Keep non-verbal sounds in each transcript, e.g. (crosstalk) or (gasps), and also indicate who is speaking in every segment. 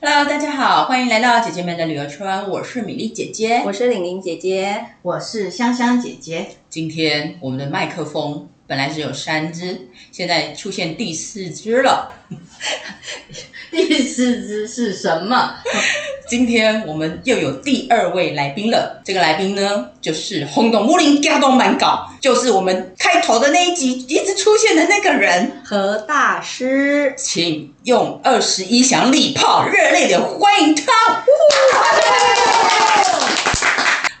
Speaker 1: Hello，大家好，欢迎来到姐姐们的旅游圈，我是米粒姐姐。
Speaker 2: 我是玲玲姐姐，
Speaker 3: 我是香香姐姐，
Speaker 1: 今天我们的麦克风本来只有三只，现在出现第四只了。
Speaker 3: (laughs) 第四只是什么？
Speaker 1: (laughs) 今天我们又有第二位来宾了，这个来宾呢就是轰动木林加东满搞，就是我们开头的那一集一直出现的那个人，
Speaker 2: 何大师，
Speaker 1: 请用二十一响礼炮热烈的欢迎他。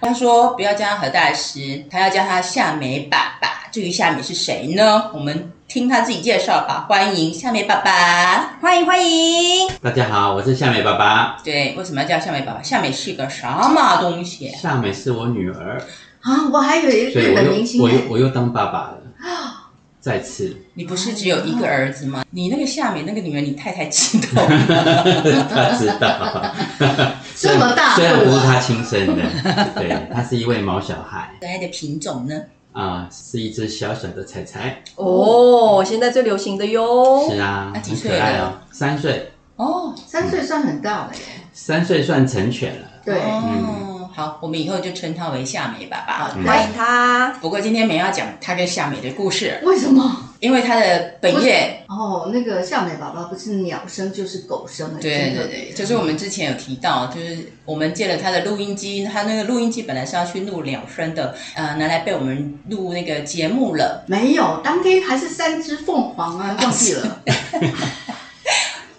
Speaker 1: 他说不要叫他何大师，他要叫他夏美爸爸。至于夏美是谁呢？我们听他自己介绍吧。欢迎夏美爸爸。
Speaker 2: 欢迎欢迎！
Speaker 4: 大家好，我是夏美爸爸。
Speaker 1: 对，为什么要叫夏美爸爸？夏美是个什么东西？
Speaker 4: 夏美是我女儿，
Speaker 3: 啊，我还以为
Speaker 4: 所以
Speaker 3: 日
Speaker 4: 我
Speaker 3: 本明
Speaker 4: 又
Speaker 3: 星
Speaker 4: 我
Speaker 3: 呢
Speaker 4: 又。我又当爸爸了。
Speaker 3: (gasps)
Speaker 4: 再次， (laughs)
Speaker 1: 你不是只有一个儿子吗？你那个夏美那个女人，你太太知道吗？
Speaker 4: 他知道
Speaker 3: (laughs) 这么大
Speaker 4: 虽然
Speaker 3: 度啊
Speaker 4: 不是他亲生的，对，他是一位毛小孩
Speaker 1: 可爱的品种呢？
Speaker 4: 啊、是一只小小的彩彩，
Speaker 2: 哦，现在最流行的哟
Speaker 3: 哦
Speaker 4: 是，啊，
Speaker 1: 那几
Speaker 4: 很
Speaker 1: 岁
Speaker 4: 可爱哦，三岁，
Speaker 1: 哦，
Speaker 3: 三
Speaker 4: 嗯
Speaker 3: 岁算很大了耶。
Speaker 4: 三岁算成犬了。
Speaker 3: 对，
Speaker 1: 哦，好，我们以后就称她为夏美爸爸。
Speaker 3: 嗯
Speaker 2: 欢迎他。
Speaker 1: 不过今天没有要讲她跟夏美的故事，
Speaker 3: 为什么？
Speaker 1: 因为她的本业
Speaker 3: 哦，那个夏美宝宝不是鸟生就是狗生的，
Speaker 1: 对
Speaker 3: 真的
Speaker 1: 对对，
Speaker 4: 嗯
Speaker 1: 就是我们之前有提到，就是我们借了他的录音机，他那个录音机本来是要去录两声的，呃，拿来被我们录那个节目了。
Speaker 3: 没有，当天还是三只凤凰啊，忘记
Speaker 1: (laughs)
Speaker 3: 了。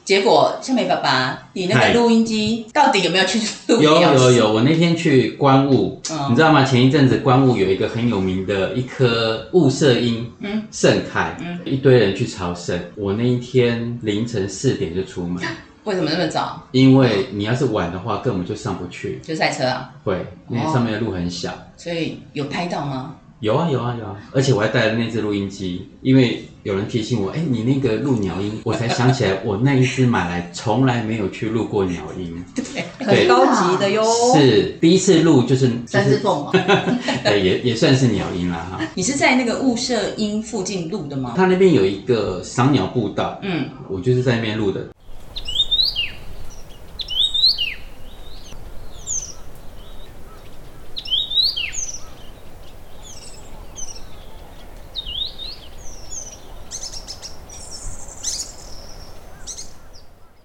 Speaker 1: 结果夏美爸爸，你那
Speaker 4: 嗨
Speaker 1: 个录音机到底有没有去录？
Speaker 4: 有有，有，我那天去关雾，
Speaker 1: 嗯
Speaker 3: 哦
Speaker 4: 你知道吗？前一阵子关雾有一个很有名的一棵雾社樱，
Speaker 1: 嗯
Speaker 4: 盛开，
Speaker 1: 嗯
Speaker 4: 一堆人去朝圣。我那一天凌晨四点就出门，
Speaker 1: 为什么那么早？
Speaker 4: 因为你要是晚的话，根本就上不去。
Speaker 1: 就赛车啊，
Speaker 4: 会，那
Speaker 1: 哦
Speaker 4: 上面的路很小。
Speaker 1: 所以有拍到吗？
Speaker 4: 有啊有啊有啊，而且我还带了那只录音机，因为有人提醒我，哎、你那个录鸟音，我才想
Speaker 3: (laughs)
Speaker 4: 起来，我那一只买来从来没有去录过鸟音，
Speaker 2: 很高级的哟。
Speaker 4: 是第一次录，就是就
Speaker 3: 哦三只
Speaker 4: 是
Speaker 3: 凤凰，
Speaker 4: (laughs) 对，也也算是鸟音啦哈。
Speaker 1: 你是在那个雾社音附近录的吗？
Speaker 4: 它那边有一个赏鸟步道，
Speaker 1: 嗯，
Speaker 4: 我就是在那边录的。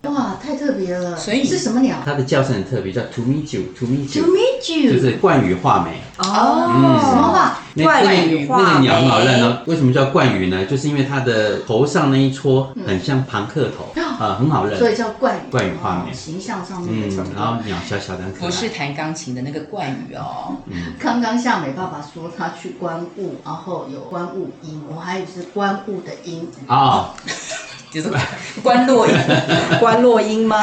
Speaker 3: 哇，太特别了。
Speaker 1: 所以
Speaker 3: 是什么鸟
Speaker 4: 它的叫声很特别，叫 to me you to me
Speaker 3: ？To
Speaker 4: you，
Speaker 3: meet
Speaker 4: 就
Speaker 3: you。
Speaker 4: 是冠羽画眉。
Speaker 1: 哦
Speaker 3: 什
Speaker 4: 嗯
Speaker 3: 么话？
Speaker 4: 那
Speaker 2: 冠
Speaker 4: 那
Speaker 2: 羽
Speaker 4: 个
Speaker 2: 画
Speaker 4: 那个鸟很好
Speaker 2: 眉
Speaker 4: 认哦。为什么叫冠羽呢？就是因为它的头上那一撮很像庞克头，啊、很好认。
Speaker 3: 嗯哦所以叫冠
Speaker 4: 冠羽画眉
Speaker 3: 形象上
Speaker 4: 嗯
Speaker 3: 面的成，
Speaker 4: 然后
Speaker 3: 功。
Speaker 4: 鸟小小的很可爱。
Speaker 1: 不是弹钢琴的那个怪语哦。
Speaker 3: 刚刚夏美爸爸说他去观雾，然后有观雾音，我还以为是观雾的音。
Speaker 4: 哦，
Speaker 1: 就是关落音，
Speaker 2: 关落音吗？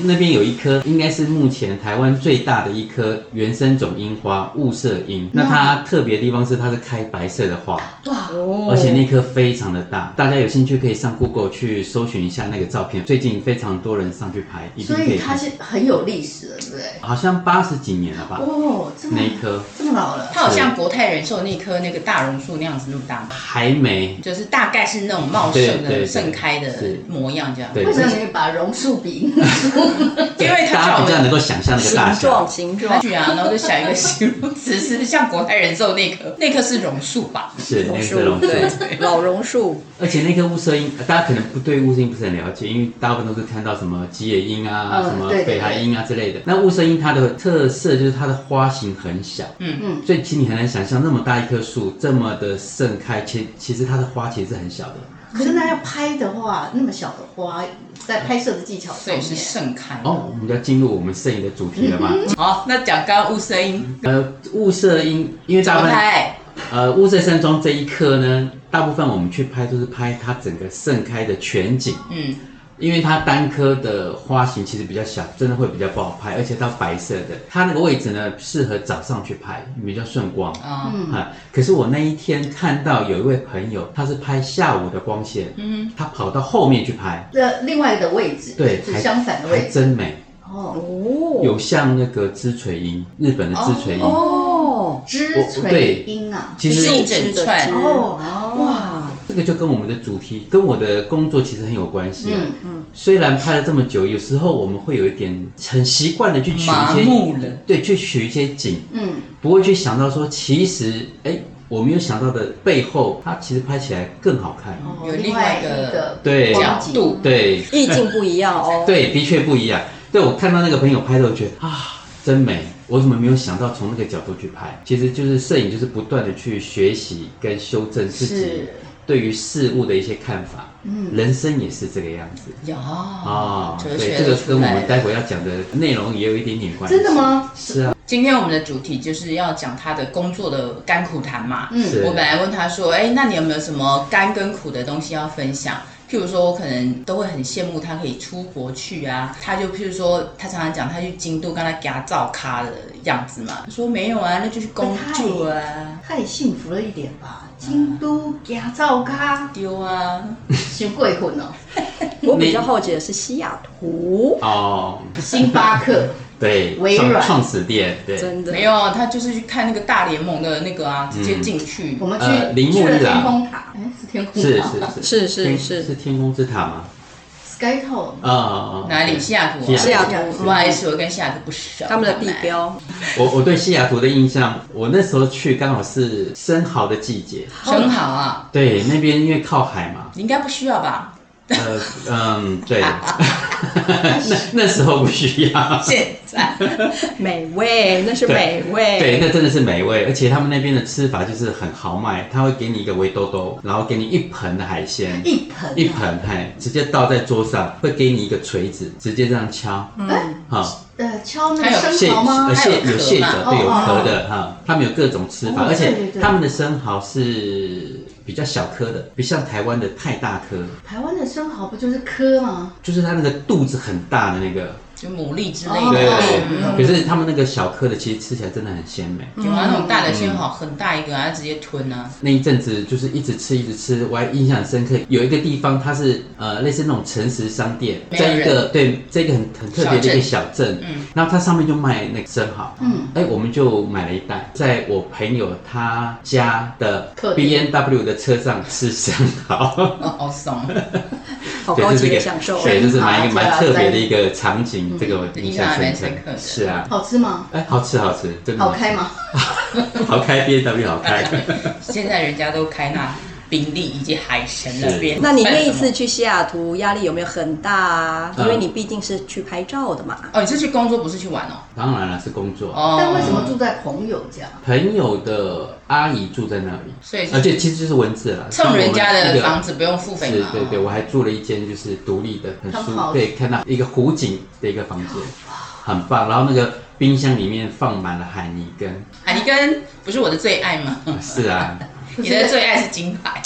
Speaker 4: 那边有一棵，应该是目前台湾最大的一棵原生种樱花雾色
Speaker 3: 嗯
Speaker 4: 樱。那它特别的地方是它是开白色的花，
Speaker 3: 哇，
Speaker 2: 哦
Speaker 4: 而且那棵非常的大。大家有兴趣可以上 Google 去搜寻一下那个照片，最近非常多人上去拍，一定
Speaker 3: 所
Speaker 4: 可
Speaker 3: 以
Speaker 4: 以
Speaker 3: 它
Speaker 4: 看。
Speaker 3: 是很有历史的，对不对？
Speaker 4: 好像八十几年了吧？
Speaker 3: 哦，这么
Speaker 4: 那一棵
Speaker 3: 这么老了，
Speaker 1: 它好像国泰人寿那棵那个大榕树那样子那么大吗？
Speaker 4: 还没
Speaker 1: 就是大概是那种茂盛
Speaker 4: 对对
Speaker 1: 的、
Speaker 4: 对
Speaker 1: 盛开的
Speaker 4: 是
Speaker 1: 模样这样。
Speaker 4: 对
Speaker 3: 为什么你把榕树比 (laughs) 那树？
Speaker 1: 因为他叫
Speaker 4: 大家
Speaker 1: 我
Speaker 4: 比较
Speaker 1: 们
Speaker 4: 能够想象那个大
Speaker 2: 形
Speaker 4: 小
Speaker 2: 状。形
Speaker 1: 拿
Speaker 2: 状，
Speaker 1: 去啊，然后就想一个形容词，是像国泰人寿那棵，那棵是榕树吧？
Speaker 4: 是那
Speaker 2: 榕
Speaker 4: 个
Speaker 2: 树
Speaker 4: 是榕树，
Speaker 2: 对，老榕树，
Speaker 4: 而且那棵乌色鹰，呃大家可能不对乌色鹰不是很了解，因为大部分都是看到什么吉野樱啊、
Speaker 3: 嗯
Speaker 4: 什么
Speaker 3: 对对
Speaker 4: 北海樱啊之类的。那乌色鹰它的特色就是它的花型很小，
Speaker 1: 嗯
Speaker 3: 嗯
Speaker 4: 所以其实你很难想象那么大一棵树这么的盛开，其其实它的花其实是很小的。
Speaker 3: 可是那要拍的话，那么小的花，在拍摄的技巧
Speaker 1: 所
Speaker 3: 上
Speaker 1: 以
Speaker 3: 面，
Speaker 1: 是盛开。
Speaker 4: 哦，我们要进入我们摄影的主题了吗？
Speaker 1: 好，那讲刚刚雾声音，
Speaker 4: 呃，雾色鹰，因为大
Speaker 1: 国
Speaker 4: 部分
Speaker 1: 泰
Speaker 4: 呃雾色山庄这一棵呢，大部分我们去拍都是拍它整个盛开的全景。
Speaker 1: 嗯，
Speaker 4: 因为它单颗的花型其实比较小，真的会比较不好拍，而且它白色的，它那个位置呢适合早上去拍，比较顺光。
Speaker 1: 啊，
Speaker 3: 嗯，
Speaker 4: 啊、可是我那一天看到有一位朋友，他是拍下午的光线，
Speaker 1: 嗯，
Speaker 4: 他跑到后面去拍，
Speaker 3: 这另外的位置，
Speaker 4: 对，
Speaker 3: 是
Speaker 4: 还
Speaker 3: 相反的
Speaker 4: 还
Speaker 3: 位置。
Speaker 4: 真美，
Speaker 3: 哦，
Speaker 2: 哦
Speaker 4: 有像那个枝垂樱，日本的枝垂樱，
Speaker 2: 哦，
Speaker 3: 枝
Speaker 4: 我
Speaker 3: 垂音啊，
Speaker 4: 其
Speaker 1: 是
Speaker 4: 实
Speaker 1: 一整串
Speaker 2: 枝
Speaker 3: 哦
Speaker 2: 哇，
Speaker 4: 你个就跟我们的主题，跟我的工作其实很有关系、啊。
Speaker 3: 嗯，
Speaker 4: 虽然拍了这么久，有时候我们会有一点很习惯的去取
Speaker 1: 麻
Speaker 4: 一些，
Speaker 1: 木了，
Speaker 4: 对，去取一些景，
Speaker 3: 嗯，
Speaker 4: 不会去想到说，其实哎，我没有想到的背后，它其实拍起来更好看。
Speaker 3: 哦
Speaker 1: 有另外一个
Speaker 4: 对
Speaker 1: 角
Speaker 3: 光景
Speaker 1: 度
Speaker 4: 对
Speaker 2: 意境不一样哦。
Speaker 4: (laughs) 对，的确不一样。对我看到那个朋友拍的，我觉得啊，真美。我怎么没有想到从那个角度去拍？其实就是摄影，就是不断的去学习跟修正自己
Speaker 3: 是，
Speaker 4: 对于事物的一些看法。
Speaker 3: 嗯
Speaker 4: 人生也是这个样子。
Speaker 1: 呀
Speaker 4: 嗯啊，
Speaker 1: 哦哲
Speaker 4: 对，
Speaker 1: 学
Speaker 4: 这个
Speaker 1: 出
Speaker 4: 跟我
Speaker 1: 来
Speaker 4: 们
Speaker 1: 了
Speaker 4: 待会要讲的内容也有一点点关系。
Speaker 3: 真的？吗？
Speaker 4: 是啊，
Speaker 1: 今天我们的主题就是要讲他的工作的甘苦谈嘛。
Speaker 3: 嗯
Speaker 4: 是
Speaker 1: 我本来问他说，哎，那你有没有什么甘跟苦的东西要分享？譬如说，我可能都会很羡慕他可以出国去啊。他就譬如说，他常常讲他去京都跟他给他照咖的样子嘛。他说没有啊，那就去工作啊，
Speaker 3: 太幸福了一点吧，京都牙照咖，
Speaker 1: 丢啊，
Speaker 3: 太过分了，
Speaker 2: 我比较好奇的是西雅图，
Speaker 4: 哦，
Speaker 3: 星巴
Speaker 4: (laughs)
Speaker 3: 克，
Speaker 4: 对，
Speaker 3: 微
Speaker 4: 创
Speaker 3: 软
Speaker 4: 创始店，对，
Speaker 2: 真的
Speaker 1: 没有啊，他就是去看那个大联盟的那个啊，直接
Speaker 4: 嗯
Speaker 1: 进去。
Speaker 3: 我们
Speaker 4: 呃
Speaker 3: 去
Speaker 4: 铃木
Speaker 3: 去了
Speaker 4: 一朗
Speaker 3: 天空塔，哎，是天空
Speaker 4: 是
Speaker 3: 塔吗
Speaker 4: 是
Speaker 2: 是是
Speaker 4: 天
Speaker 2: 是
Speaker 4: 是天空之塔吗？
Speaker 3: ，Sky Tower，
Speaker 4: 啊啊
Speaker 1: 哪里？西雅图、啊？
Speaker 4: 西
Speaker 2: 西
Speaker 4: 雅
Speaker 2: 雅
Speaker 4: 图
Speaker 2: 图
Speaker 1: 不好意思，我跟西雅图不熟。
Speaker 2: 他们的地标，
Speaker 4: 我我对西雅图的印象，我那时候去刚好是生蚝的季节，
Speaker 1: 很好啊，
Speaker 4: 对，那边因为靠海嘛，
Speaker 1: 你应该不需要吧？
Speaker 4: 呃嗯，对，那那时候不需要。
Speaker 1: 现在
Speaker 2: 美味，那是
Speaker 4: 对
Speaker 2: 美味。
Speaker 4: 对，那真的是美味，而且他们那边的吃法就是很豪迈，他会给你一个围兜兜，然后给你一盆的海鲜，
Speaker 3: 一盆啊
Speaker 4: 一，盆，嘿，直接倒在桌上，会给你一个锤子，直接这样敲，
Speaker 3: 哎，
Speaker 4: 哈、
Speaker 3: 呃，敲那
Speaker 1: 还有
Speaker 3: 个
Speaker 4: 蟹
Speaker 3: 生蚝吗
Speaker 4: 呃？
Speaker 1: 还有
Speaker 4: 蟹
Speaker 1: 壳
Speaker 4: 有蟹
Speaker 1: 嘛
Speaker 4: 脚，对，
Speaker 3: 哦
Speaker 4: 有
Speaker 3: 哦
Speaker 4: 壳的哈，他们有各种吃法，而
Speaker 3: 哦对
Speaker 4: 且
Speaker 3: 对对
Speaker 4: 他们的生蚝是比较小颗的，不像台湾的太大颗，
Speaker 3: 台湾的生蚝不就是科吗？
Speaker 4: 就是它那个肚子很大的那个，
Speaker 1: 就牡蛎之类
Speaker 3: 哦
Speaker 1: 的，
Speaker 4: 哦对
Speaker 1: 嗯，
Speaker 4: 可是他们那个小颗的其实吃起来真的很鲜美。
Speaker 1: 有啊，那种
Speaker 4: 嗯
Speaker 1: 大的鲜蚝很大一个啊，直接吞啊，
Speaker 4: 那一阵子就是一直吃一直吃，我还印象很深刻。有一个地方它是呃类似那种诚实商店，
Speaker 1: 没有
Speaker 4: 在一个对这个很很特别的一个小镇，
Speaker 1: 嗯
Speaker 4: 然后它上面就卖那个生蚝，
Speaker 3: 嗯，
Speaker 4: 哎、我们就买了一袋，在我朋友他家的
Speaker 3: 客
Speaker 4: B
Speaker 3: 厅
Speaker 4: N W 的车上吃生蚝，
Speaker 1: 哦好爽，
Speaker 2: 好
Speaker 4: (laughs) 对，
Speaker 2: 高
Speaker 4: 这
Speaker 2: 级
Speaker 4: 是
Speaker 2: 的
Speaker 4: 个
Speaker 2: 享受。啊
Speaker 4: 对，这是蛮一个
Speaker 3: 对
Speaker 4: 蛮
Speaker 3: 啊
Speaker 4: 特别的一个场景，
Speaker 3: 嗯
Speaker 4: 这个我印象
Speaker 1: 印象还
Speaker 4: 深
Speaker 1: 蛮
Speaker 4: 刻
Speaker 1: 深刻。的
Speaker 4: 是啊，
Speaker 3: 好吃吗？
Speaker 4: 哎、好吃好吃，真的
Speaker 3: 好开吗？
Speaker 4: (laughs) 好开 B N W 好开。
Speaker 1: 现在人家都开那宾利以及海神
Speaker 4: 是
Speaker 1: 那边，
Speaker 2: 那你那一
Speaker 1: 算什么
Speaker 2: 次去西雅图压力有没有很大啊？
Speaker 4: 嗯
Speaker 2: 因为你毕竟是去拍照的嘛。
Speaker 1: 哦，你是去工作不是去玩哦？
Speaker 4: 当然了，是工作。啊
Speaker 1: 哦，
Speaker 3: 但为什么？住在朋友家？
Speaker 4: 朋友的阿姨住在那里，
Speaker 1: 所以是
Speaker 4: 而且其实就是文字了，
Speaker 1: 蹭人家
Speaker 4: 像我们一
Speaker 1: 的
Speaker 4: 个
Speaker 1: 房子不用付费
Speaker 4: 是
Speaker 1: 嘛？，
Speaker 4: 对对，我还住了一间就是独立的，很舒
Speaker 3: 很
Speaker 4: 服，
Speaker 3: 好
Speaker 4: 可以看到一个湖景的一个房间，很棒。然后那个冰箱里面放满了海泥根，
Speaker 1: 海尼根啊不是我的最爱吗？
Speaker 4: 是啊， (laughs)
Speaker 1: 你的最爱是金牌，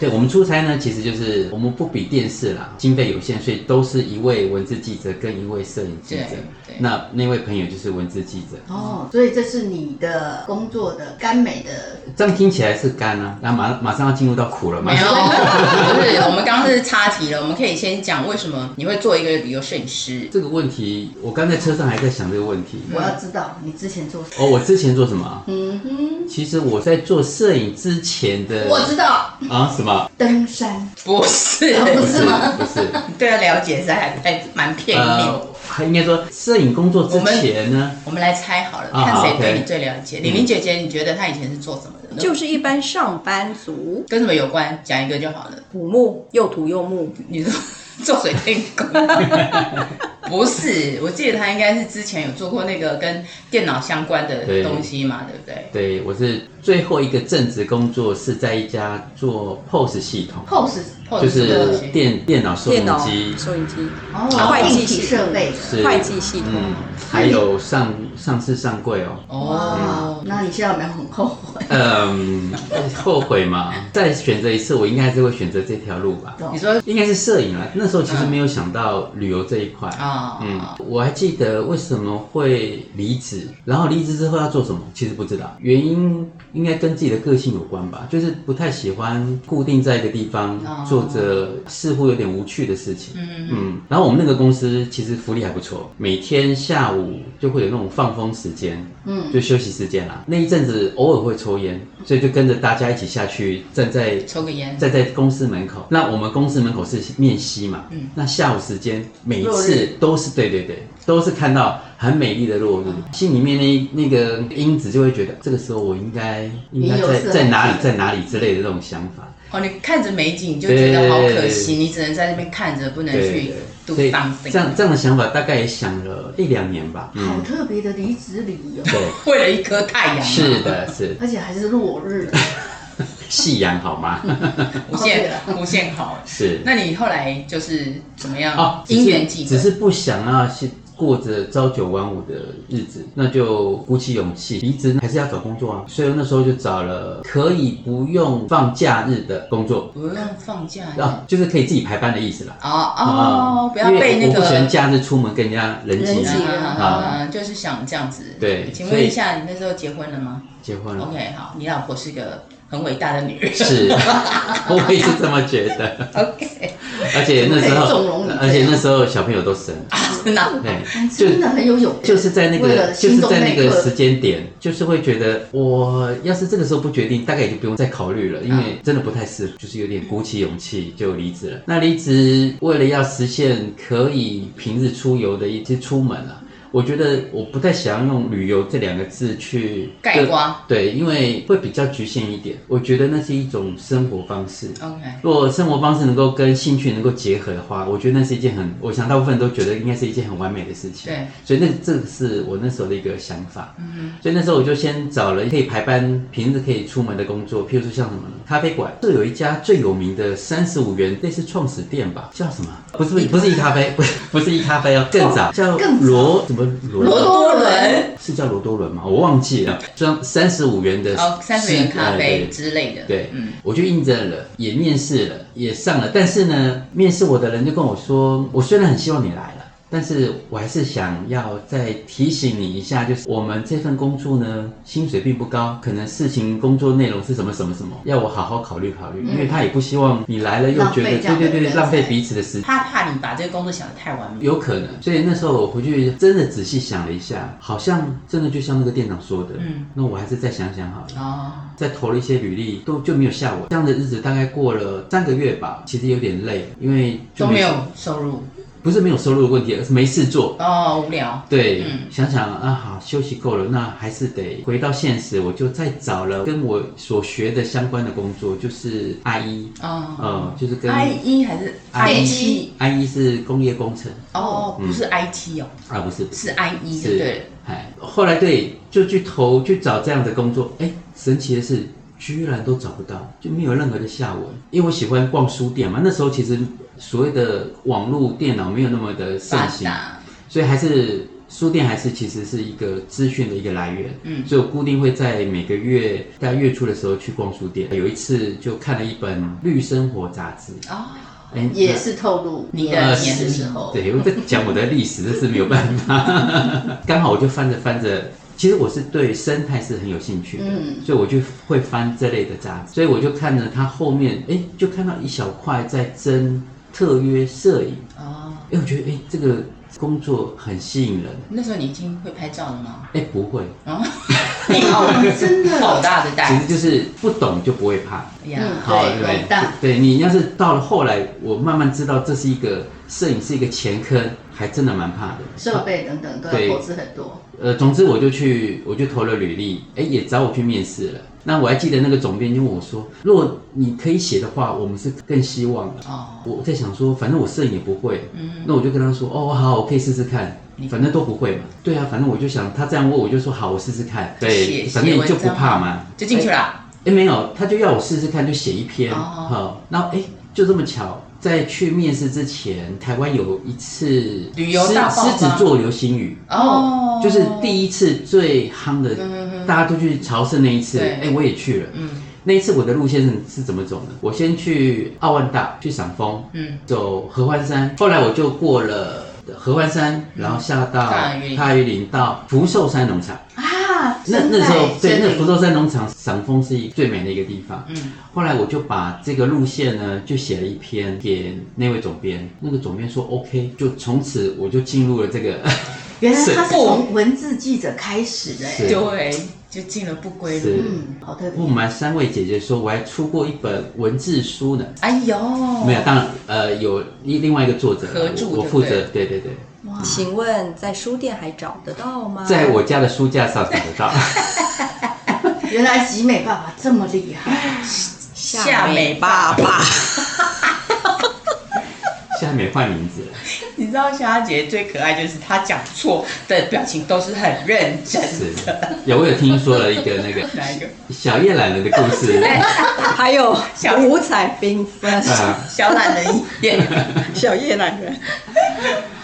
Speaker 4: 对我们出差呢，其实就是我们不比电视啦，经费有限，所以都是一位文字记者跟一位摄影记者
Speaker 1: 对。对
Speaker 4: 那那位朋友就是文字记者，
Speaker 3: 哦，所以这是你的工作的甘美的
Speaker 4: 这样听起来是干啊，那马马上要进入到苦了嘛
Speaker 1: 没？有，不是，我们刚刚是插题了，我们可以先讲为什么你会做一个旅游摄影师，
Speaker 4: 这个问题，我刚在车上还在想这个问题。
Speaker 3: 我要知道你之前做什么。
Speaker 4: 哦，我之前做什么啊？
Speaker 3: 嗯哼，
Speaker 4: 其实我在做摄影之前的
Speaker 3: 我知道
Speaker 4: 啊什么？
Speaker 3: 登山，
Speaker 1: 不是？
Speaker 4: 不
Speaker 3: 不
Speaker 4: 是
Speaker 3: 是吗
Speaker 4: 不是，
Speaker 1: 对他了解实在还还蛮片面。
Speaker 4: 呃，还应该说摄影工作之前呢，
Speaker 1: 我们来猜好了，
Speaker 4: 啊
Speaker 1: 看谁
Speaker 4: 好
Speaker 1: 对
Speaker 4: OK
Speaker 1: 你最了解。玲玲姐姐，你觉得她以前是做什么的呢？
Speaker 2: 就是一般上班族，
Speaker 1: 跟什么有关？讲一个就好了。
Speaker 2: 土木又土又木，
Speaker 1: 你说 (laughs) 做水电工？ (laughs) 不是，我记得她应该是之前有做过那个跟电脑相关的
Speaker 4: 对
Speaker 1: 东西嘛，对不对？
Speaker 4: 对我是最后一个正职工作是在一家做 POS 系统，
Speaker 3: pose
Speaker 1: 或者
Speaker 4: 就是
Speaker 1: 这个东
Speaker 4: 是
Speaker 1: 西
Speaker 4: 电电脑收
Speaker 2: 电
Speaker 4: 音
Speaker 2: 脑、
Speaker 4: 机，
Speaker 2: 收音机、
Speaker 3: 哦
Speaker 4: 会
Speaker 2: 计
Speaker 3: 硬体
Speaker 2: 系
Speaker 3: 设备的
Speaker 4: 是
Speaker 2: 会计系统。
Speaker 4: 嗯，还有上上市上柜哦。
Speaker 3: 哇
Speaker 1: 哦，，
Speaker 3: 那你现在有没有很后悔？
Speaker 4: 嗯，后悔嘛？再选择一次，我应该还是会选择这条路吧。
Speaker 1: 你说
Speaker 4: 应该是摄影啊，那时候其实没有想到旅游这一块。
Speaker 1: 啊，
Speaker 4: 嗯，我还记得为什么会离职，然后离职之后要做什么，其实不知道，原因应该跟自己的个性有关吧，就是不太喜欢固定在一个地方
Speaker 1: 哦
Speaker 4: 做着似乎有点无趣的事情。
Speaker 1: 嗯
Speaker 4: 嗯，然后我们那个公司其实福利还不错，每天下午就会有那种放放风时间，
Speaker 3: 嗯，
Speaker 4: 就休息时间啦。那一阵子偶尔会抽烟，所以就跟着大家一起下去，站在
Speaker 1: 抽个烟，
Speaker 4: 站在公司门口。那我们公司门口是面西嘛，
Speaker 1: 嗯
Speaker 4: 那下午时间每一
Speaker 3: 落
Speaker 4: 次
Speaker 3: 日
Speaker 4: 都是对对对，都是看到很美丽的落日，
Speaker 3: 嗯
Speaker 4: 心里面那那个因子就会觉得，这个时候我应该应该
Speaker 3: 也有
Speaker 4: 在
Speaker 3: 色彩
Speaker 4: 在哪里在哪里之类的这种想法。
Speaker 1: 哦，你看着美景你就觉得好可惜，
Speaker 4: 对
Speaker 1: 你只能在那边看着，不能去
Speaker 4: 对
Speaker 1: do
Speaker 4: 对，所以
Speaker 1: something。
Speaker 4: 这样这样的想法大概也想了一两年吧。
Speaker 3: 好
Speaker 4: 嗯，
Speaker 3: 特别的离职理
Speaker 4: (laughs)
Speaker 3: 由，
Speaker 4: 对，
Speaker 1: 为了一颗太阳、啊，
Speaker 4: 是，的， (laughs) 是
Speaker 3: 而且还是落
Speaker 4: (laughs)
Speaker 3: 日，
Speaker 4: 夕阳好吗？ (laughs)
Speaker 1: 无限无限好。
Speaker 4: 是。
Speaker 1: 那你后来就是怎么样？
Speaker 4: 哦，只是
Speaker 1: 啊因缘际
Speaker 4: 只
Speaker 1: 会，
Speaker 4: 是不想要去过着朝九晚五的日子，那就鼓起勇气离职，还是要找工作啊。所以那时候就找了可以不用放假日的工作，
Speaker 1: 不用放假日哦
Speaker 4: 啊，就是可以自己排班的意思啦。啊
Speaker 1: 哦，不要
Speaker 4: 因为
Speaker 1: 被那
Speaker 4: 我不喜欢
Speaker 1: 个。
Speaker 4: 假日出门跟人家人挤
Speaker 2: 人挤
Speaker 4: 人。
Speaker 2: 人
Speaker 1: 啊，就是想这样子。
Speaker 4: 嗯对
Speaker 1: 请
Speaker 4: 所
Speaker 1: 问
Speaker 4: 以嗯
Speaker 1: 一下，你那时候结婚了吗
Speaker 4: 结婚了。
Speaker 1: ？OK，好，你老婆是个很伟大的女人。
Speaker 4: (laughs) 是，我也是这么觉得。 (laughs)
Speaker 1: OK，
Speaker 4: 而且那时
Speaker 3: 纵容
Speaker 4: 候
Speaker 3: 你这样，
Speaker 4: 而且那时候小朋友都生，
Speaker 1: 真的啊
Speaker 4: 对，就
Speaker 3: 真的很有勇气，
Speaker 4: 就是在那
Speaker 3: 为
Speaker 4: 个，
Speaker 3: 了
Speaker 4: 就是
Speaker 3: 心中
Speaker 4: 在
Speaker 3: 那
Speaker 4: 那
Speaker 3: 一刻
Speaker 4: 个时间点，就是会觉得我要是这个时候不决定，大概也就不用再考虑了，
Speaker 3: 啊
Speaker 4: 因为真的不太适合，就是有点鼓起勇气就离职了。那离职为了要实现可以平日出游的一些出门啊。我觉得我不太想要用旅游这两个字去
Speaker 1: 盖瓜，
Speaker 4: 对，因为会比较局限一点。我觉得那是一种生活方式，
Speaker 1: OK，
Speaker 4: 如果生活方式能够跟兴趣能够结合的话，我觉得那是一件很，我想大部分人都觉得应该是一件很完美的事情。
Speaker 1: 对，
Speaker 4: 所以那这个是我那时候的一个想法。
Speaker 1: 嗯
Speaker 4: 所以那时候我就先找了可以排班、平日可以出门的工作，譬如说像什么呢？咖啡馆，这有一家最有名的三十五元类似创始店吧，叫什么？不是不是一咖啡，不是不是一咖啡哦，更早、叫
Speaker 3: 更早
Speaker 4: 罗什么罗
Speaker 1: 罗多伦，
Speaker 4: 是叫罗多伦吗？我忘记了。装三十五元的
Speaker 1: 哦，三十元
Speaker 4: 是
Speaker 1: 咖
Speaker 4: 呃对
Speaker 1: 啡之类的。
Speaker 4: 对，
Speaker 1: 嗯，
Speaker 4: 我就应征了，也面试了，也上了，但是呢，面试我的人就跟我说，我虽然很希望你来了，但是我还是想要再提醒你一下，就是我们这份工作呢，薪水并不高，可能事情工作内容是什么什么什么，要我好好考虑考虑，
Speaker 1: 嗯
Speaker 4: 因为他也不希望你来了又觉得
Speaker 3: 浪费这样
Speaker 4: 对对对，
Speaker 3: 的人
Speaker 4: 浪费
Speaker 3: 才
Speaker 4: 彼此的时间。
Speaker 1: 他怕你把这个工作想得太完美。
Speaker 4: 有可能，所以那时候我回去真的仔细想了一下，好像真的就像那个店长说的，
Speaker 1: 嗯，
Speaker 4: 那我还是再想想好了。
Speaker 1: 哦，
Speaker 4: 再投了一些履历，都就没有下文。这样的日子大概过了三个月吧，其实有点累，因为就
Speaker 1: 都没有收入
Speaker 4: 不是没有收入的问题，而是没事做。
Speaker 1: 哦，无聊。
Speaker 4: 对，
Speaker 1: 嗯
Speaker 4: 想想啊，好，休息够了，那还是得回到现实，我就再找了跟我所学的相关的工作，就是阿姨，
Speaker 1: 哦，
Speaker 4: 呃，就是跟
Speaker 1: i E 还是
Speaker 4: I 嗯
Speaker 1: IT？
Speaker 4: 阿姨是工业工程
Speaker 1: 哦，不是 IT 哦，
Speaker 4: 啊，不是
Speaker 1: 是 IE 就是对了。
Speaker 4: 哎，后来对，就去投去找这样的工作，哎，神奇的是，居然都找不到，就没有任何的下文。因为我喜欢逛书店嘛，那时候其实所谓的网络电脑没有那么的盛
Speaker 1: 发
Speaker 4: 行，
Speaker 1: 达，
Speaker 4: 所以还是书店还是其实是一个资讯的一个来源。
Speaker 1: 嗯
Speaker 4: 所以我固定会在每个月在月初的时候去逛书店。有一次就看了一本《绿生活》杂志，
Speaker 1: 哦，
Speaker 4: 哎，
Speaker 3: 也是透露
Speaker 1: 你的年
Speaker 3: 二
Speaker 1: 龄
Speaker 3: 十的时候，
Speaker 4: 嗯对，我在讲我的历史，这是没有办法。 (laughs) 刚好我就翻着翻着，其实我是对生态是很有兴趣的，
Speaker 3: 嗯
Speaker 4: 所以我就会翻这类的杂志，所以我就看着它后面，哎，就看到一小块在争特约摄影，
Speaker 1: 哦，
Speaker 4: 哎，我觉得哎这个工作很吸引人，
Speaker 1: 那时候你已经会拍照了吗？
Speaker 4: 哎不会，
Speaker 1: 哦，你好，
Speaker 3: 哦
Speaker 1: (laughs)
Speaker 3: 真的
Speaker 1: 好大的
Speaker 4: 其
Speaker 1: 胆
Speaker 4: 实就是不懂就不会怕。
Speaker 1: 呀！
Speaker 4: 好，
Speaker 3: 对
Speaker 4: 对不对
Speaker 3: 完蛋？
Speaker 4: 对你要是到了后来，我慢慢知道这是一个摄影是一个前科，还真的蛮怕的。
Speaker 3: 设备等等都
Speaker 4: 对
Speaker 3: 要投资很多，
Speaker 4: 呃，总之我就去，我就投了履历，哎，也找我去面试了。那我还记得那个总编就问我说：“如果你可以写的话，我们是更希望的。”
Speaker 1: 哦，
Speaker 4: 我在想说，反正我摄影也不会，
Speaker 1: 嗯，
Speaker 4: 那我就跟他说：“哦，好，我可以试试看，反正都不会嘛。”对啊，反正我就想他这样问，我就说好，我试试看。对，
Speaker 1: 写
Speaker 4: 反正你就不怕，
Speaker 1: 写文
Speaker 4: 嘛
Speaker 1: 章。就进去了。
Speaker 4: 哎，没有，他就要我试试看，就写一篇。
Speaker 1: 哦
Speaker 4: 好，然后哎，就这么巧，在去面试之前，台湾有一次
Speaker 1: 旅游
Speaker 4: 狮
Speaker 1: 大爆发
Speaker 4: 狮子座流星雨。
Speaker 3: 哎
Speaker 1: 哦，
Speaker 4: 就是第一次最夯的，大家都去朝圣那一次，
Speaker 1: 对
Speaker 4: 哎、我也去了。
Speaker 1: 嗯
Speaker 4: 那一次我的路线是是怎么走呢？我先去奥万大去赏枫，
Speaker 1: 嗯，
Speaker 4: 走合欢山，后来我就过了合欢山，然后下到
Speaker 1: 大云
Speaker 4: 大玉林到福寿山农场。
Speaker 3: 啊，
Speaker 4: 那
Speaker 3: 生
Speaker 4: 那
Speaker 3: 态
Speaker 4: 时候对，
Speaker 3: 森
Speaker 4: 那
Speaker 3: 林
Speaker 4: 福寿山农场赏枫是一最美的一个地方。
Speaker 1: 嗯，
Speaker 4: 后来我就把这个路线呢，就写了一篇给那位总编，那个总编说 OK，就从此我就进入了这个
Speaker 3: 原来他是
Speaker 1: 是
Speaker 3: 从文字记者开始的、
Speaker 4: 是
Speaker 3: 欸。
Speaker 1: 对，就进了不归路。
Speaker 4: 是
Speaker 3: 嗯，好特别
Speaker 4: 我。们三位姐姐说，我还出过一本文字书呢。
Speaker 1: 哎呦，
Speaker 4: 没有，当然，呃，有另另外一个作者，
Speaker 1: 合著
Speaker 4: 我
Speaker 1: 对
Speaker 4: 我
Speaker 1: 不
Speaker 4: 负
Speaker 1: 对
Speaker 4: 责，对对对，
Speaker 3: 哇，
Speaker 2: 请问在书店还找得到
Speaker 1: 啊
Speaker 2: 吗？
Speaker 4: 在我家的书架上找得到。
Speaker 1: (laughs)
Speaker 3: 原来集美爸爸这么
Speaker 4: (laughs)
Speaker 3: 厉害，
Speaker 1: 夏美爸
Speaker 2: 爸爸，
Speaker 4: 现在没换名字了，
Speaker 1: (laughs) 你知道夏姐最可爱就是她讲错的表情都是很认真
Speaker 4: 是
Speaker 1: 的。
Speaker 4: 有我有听说了一个
Speaker 1: (laughs)
Speaker 4: 那个
Speaker 1: 哪一个？
Speaker 4: 小叶懒人的故
Speaker 1: (laughs)
Speaker 4: 事
Speaker 2: (laughs) 还有
Speaker 1: 小
Speaker 2: 五彩缤纷，
Speaker 4: 啊，
Speaker 1: 小懒人一点，
Speaker 4: (laughs)
Speaker 2: 小叶懒人，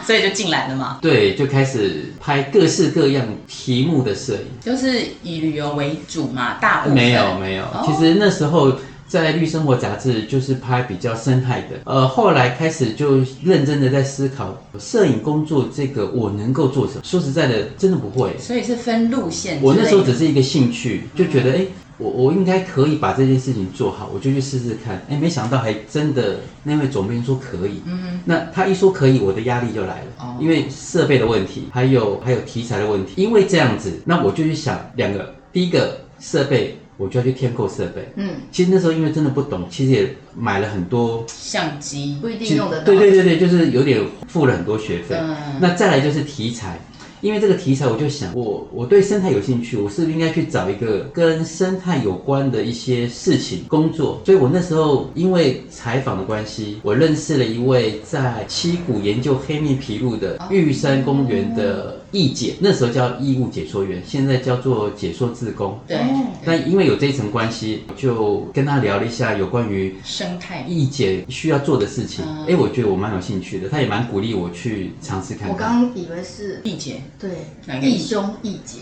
Speaker 1: 所以就进来了嘛。
Speaker 4: 对，就开始拍各式各样题目的摄影。
Speaker 1: 就是以旅游为主嘛，大部哦分
Speaker 4: 没有没有，其实那时候在《绿生活》杂志就是拍比较生态的，呃，后来开始就认真的在思考摄影工作这个我能够做什么。说实在的，真的不会。
Speaker 1: 所以是分路线之类的。嗯
Speaker 4: 我那时候只是一个兴趣，就觉得哎、诶我我应该可以把这件事情做好，我就去试试看。哎、没想到还真的，那位总编说可以。
Speaker 1: 嗯，
Speaker 4: 那他一说可以，我的压力就来了，
Speaker 1: 哦
Speaker 4: 因为设备的问题，还有还有题材的问题。因为这样子，那我就去想两个，第一个设备，我就要去添购设备。
Speaker 3: 嗯，
Speaker 4: 其实那时候因为真的不懂，其实也买了很多，
Speaker 1: 相机
Speaker 3: 不一定
Speaker 4: 其实
Speaker 3: 用得到。
Speaker 4: 对对对对，就是有点付了很多学费。
Speaker 1: 嗯
Speaker 4: 那再来就是题材。因为这个题材，我就想，我我对生态有兴趣，我是不是应该去找一个跟生态有关的一些事情工作？所以我那时候因为采访的关系，我认识了一位在七股研究黑面琵鹭
Speaker 1: 哦
Speaker 4: 的玉山公园的义姐，那时候叫义务解说员，现在叫做解说志工。
Speaker 1: 对
Speaker 3: 哦
Speaker 4: 那因为有这一层关系，我就跟他聊了一下有关于
Speaker 1: 生态。
Speaker 4: 义姐需要做的事情。
Speaker 1: 嗯
Speaker 4: 哎、我觉得我蛮有兴趣的，他也蛮鼓励我去尝试看看。
Speaker 3: 我刚刚以为是
Speaker 1: 丽姐，
Speaker 3: 对
Speaker 1: 哪个
Speaker 3: 义兄义 (laughs) 姐，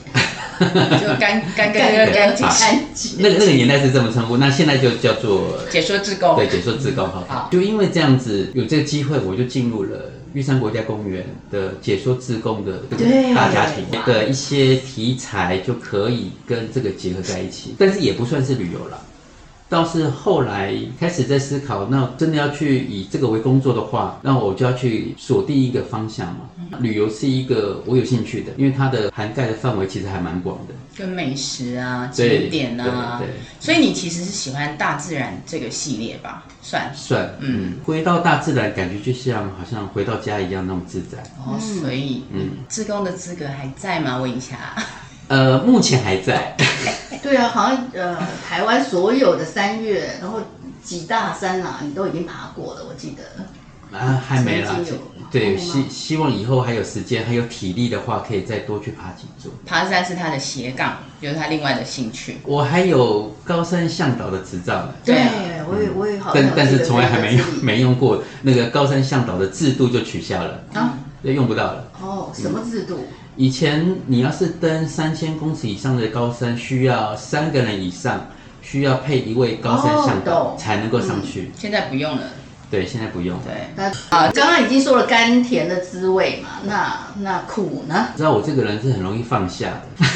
Speaker 1: 就
Speaker 4: (laughs)
Speaker 1: 干干干干干净净。
Speaker 3: 干姐
Speaker 4: 那个那个年代是这么称呼，那现在就叫做
Speaker 1: 解说志工，
Speaker 4: 对解说志高
Speaker 1: 哦
Speaker 4: 哈
Speaker 1: 好。
Speaker 4: 就因为这样子有这个机会，我就进入了玉山国家公园的解说志工的这个
Speaker 3: 对
Speaker 4: 大家庭的一些题材，就可以跟这个结合在一起，但是也不算是旅游了。倒是后来开始在思考，那真的要去以这个为工作的话，那我就要去锁定一个方向嘛。
Speaker 1: 嗯
Speaker 4: 旅游是一个我有兴趣的，因为它的涵盖的范围其实还蛮广的。
Speaker 1: 跟美食啊、
Speaker 4: 对
Speaker 1: 景点啊
Speaker 4: 对对，
Speaker 1: 所以你其实是喜欢大自然这个系列吧？算是
Speaker 4: 算，嗯，回到大自然，感觉就像好像回到家一样那种自在。
Speaker 1: 哦，所以嗯，志工的资格还在吗？问一下， (laughs)
Speaker 4: 呃，目前还
Speaker 3: (laughs)
Speaker 4: 在，
Speaker 3: (laughs) 对啊，好像呃，台湾所有的山岳，然后几大山啊，你都已经爬过了，我记得。
Speaker 4: 啊，还没啦
Speaker 3: 曾经有。
Speaker 4: 对，
Speaker 3: 还没吗
Speaker 4: 希希望以后还有时间，还有体力的话，可以再多去爬几座。
Speaker 1: 爬山是他的斜杠，就是他另外的兴趣。
Speaker 4: 我还有高山向导的执照呢，
Speaker 1: 对啊
Speaker 3: 我也我也好像有
Speaker 4: 但
Speaker 3: 记得
Speaker 4: 但是从来还没
Speaker 3: 这个
Speaker 4: 用
Speaker 3: 记忆
Speaker 4: 没用过那个高山向导的制度就取消了，
Speaker 3: 啊。
Speaker 4: 就用不到了。
Speaker 3: 哦，什么制度？
Speaker 4: 以前你要是登三千公尺以上的高山，需要三个人以上，需要配一位高山向
Speaker 3: 哦
Speaker 4: 导
Speaker 3: 懂
Speaker 4: 才能够上去。
Speaker 1: 现在不用了，
Speaker 4: 对，现在不用。 (laughs)
Speaker 1: 对，
Speaker 3: 那啊，刚刚已经说了甘甜的滋味嘛，那那苦呢？
Speaker 4: 知道我这个人是很容易放下的，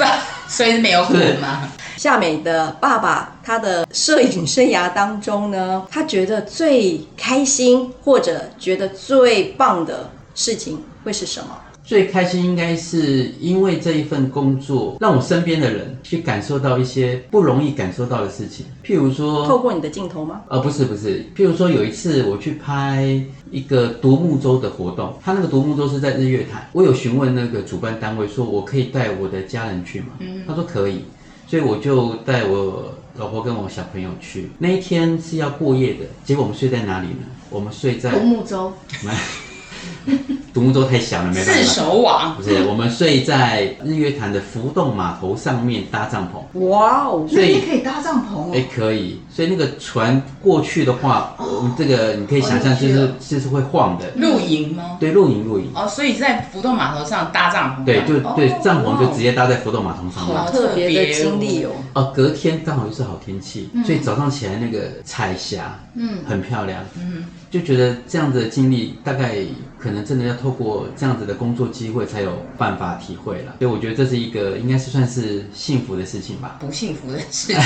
Speaker 1: 所以是没有苦
Speaker 4: 对
Speaker 1: 吗？
Speaker 2: 夏美的爸爸，他的摄影生涯当中呢，他觉得最开心或者觉得最棒的事情会是什么？
Speaker 4: 最开心应该是因为这一份工作，让我身边的人去感受到一些不容易感受到的事情，譬如
Speaker 2: 透
Speaker 4: 说，
Speaker 2: 过你的镜头吗？
Speaker 4: 呃，不是不是，譬如说有一次我去拍一个独木舟的活动，他那个独木舟是在日月潭，我有询问那个主办单位说，我可以带我的家人去吗？他说可以，所以我就带我老婆跟我小朋友去。那一天是要过夜的，结果我们睡在哪里呢？我们睡在
Speaker 3: 独木舟，
Speaker 4: 独木舟太小了， (laughs) 没办法。
Speaker 1: 四手网，
Speaker 4: 不是，我们睡在日月潭的浮动码头上面搭帐篷。
Speaker 2: 哇哦！
Speaker 4: 所
Speaker 3: 那
Speaker 4: 以
Speaker 3: 你可以搭帐篷
Speaker 4: 哎
Speaker 3: 哦。，
Speaker 4: 可以。所以那个船过去的话，我这个你可以想象，就是
Speaker 3: 哦有
Speaker 4: 就是会晃的。
Speaker 1: 露营吗？
Speaker 4: 对，露营露营，
Speaker 1: 哦，所以在浮动码头上搭帐篷，
Speaker 4: 对，就对帐篷
Speaker 2: 哇
Speaker 4: 就
Speaker 2: 哦
Speaker 4: 直接搭在浮动码头上面。
Speaker 1: 好
Speaker 2: 好特别的经历
Speaker 1: 特别
Speaker 2: 哦
Speaker 1: 哦！
Speaker 4: 哦，隔天刚好又是好天气，
Speaker 3: 嗯
Speaker 4: 所以早上起来那个彩霞，嗯，很漂亮，嗯，就觉得这样子的经历，大概可能真的要透过这样子的工作机会才有办法体会了。所以我觉得这是一个应该是算是幸福的事情吧，
Speaker 1: 不幸福的事情，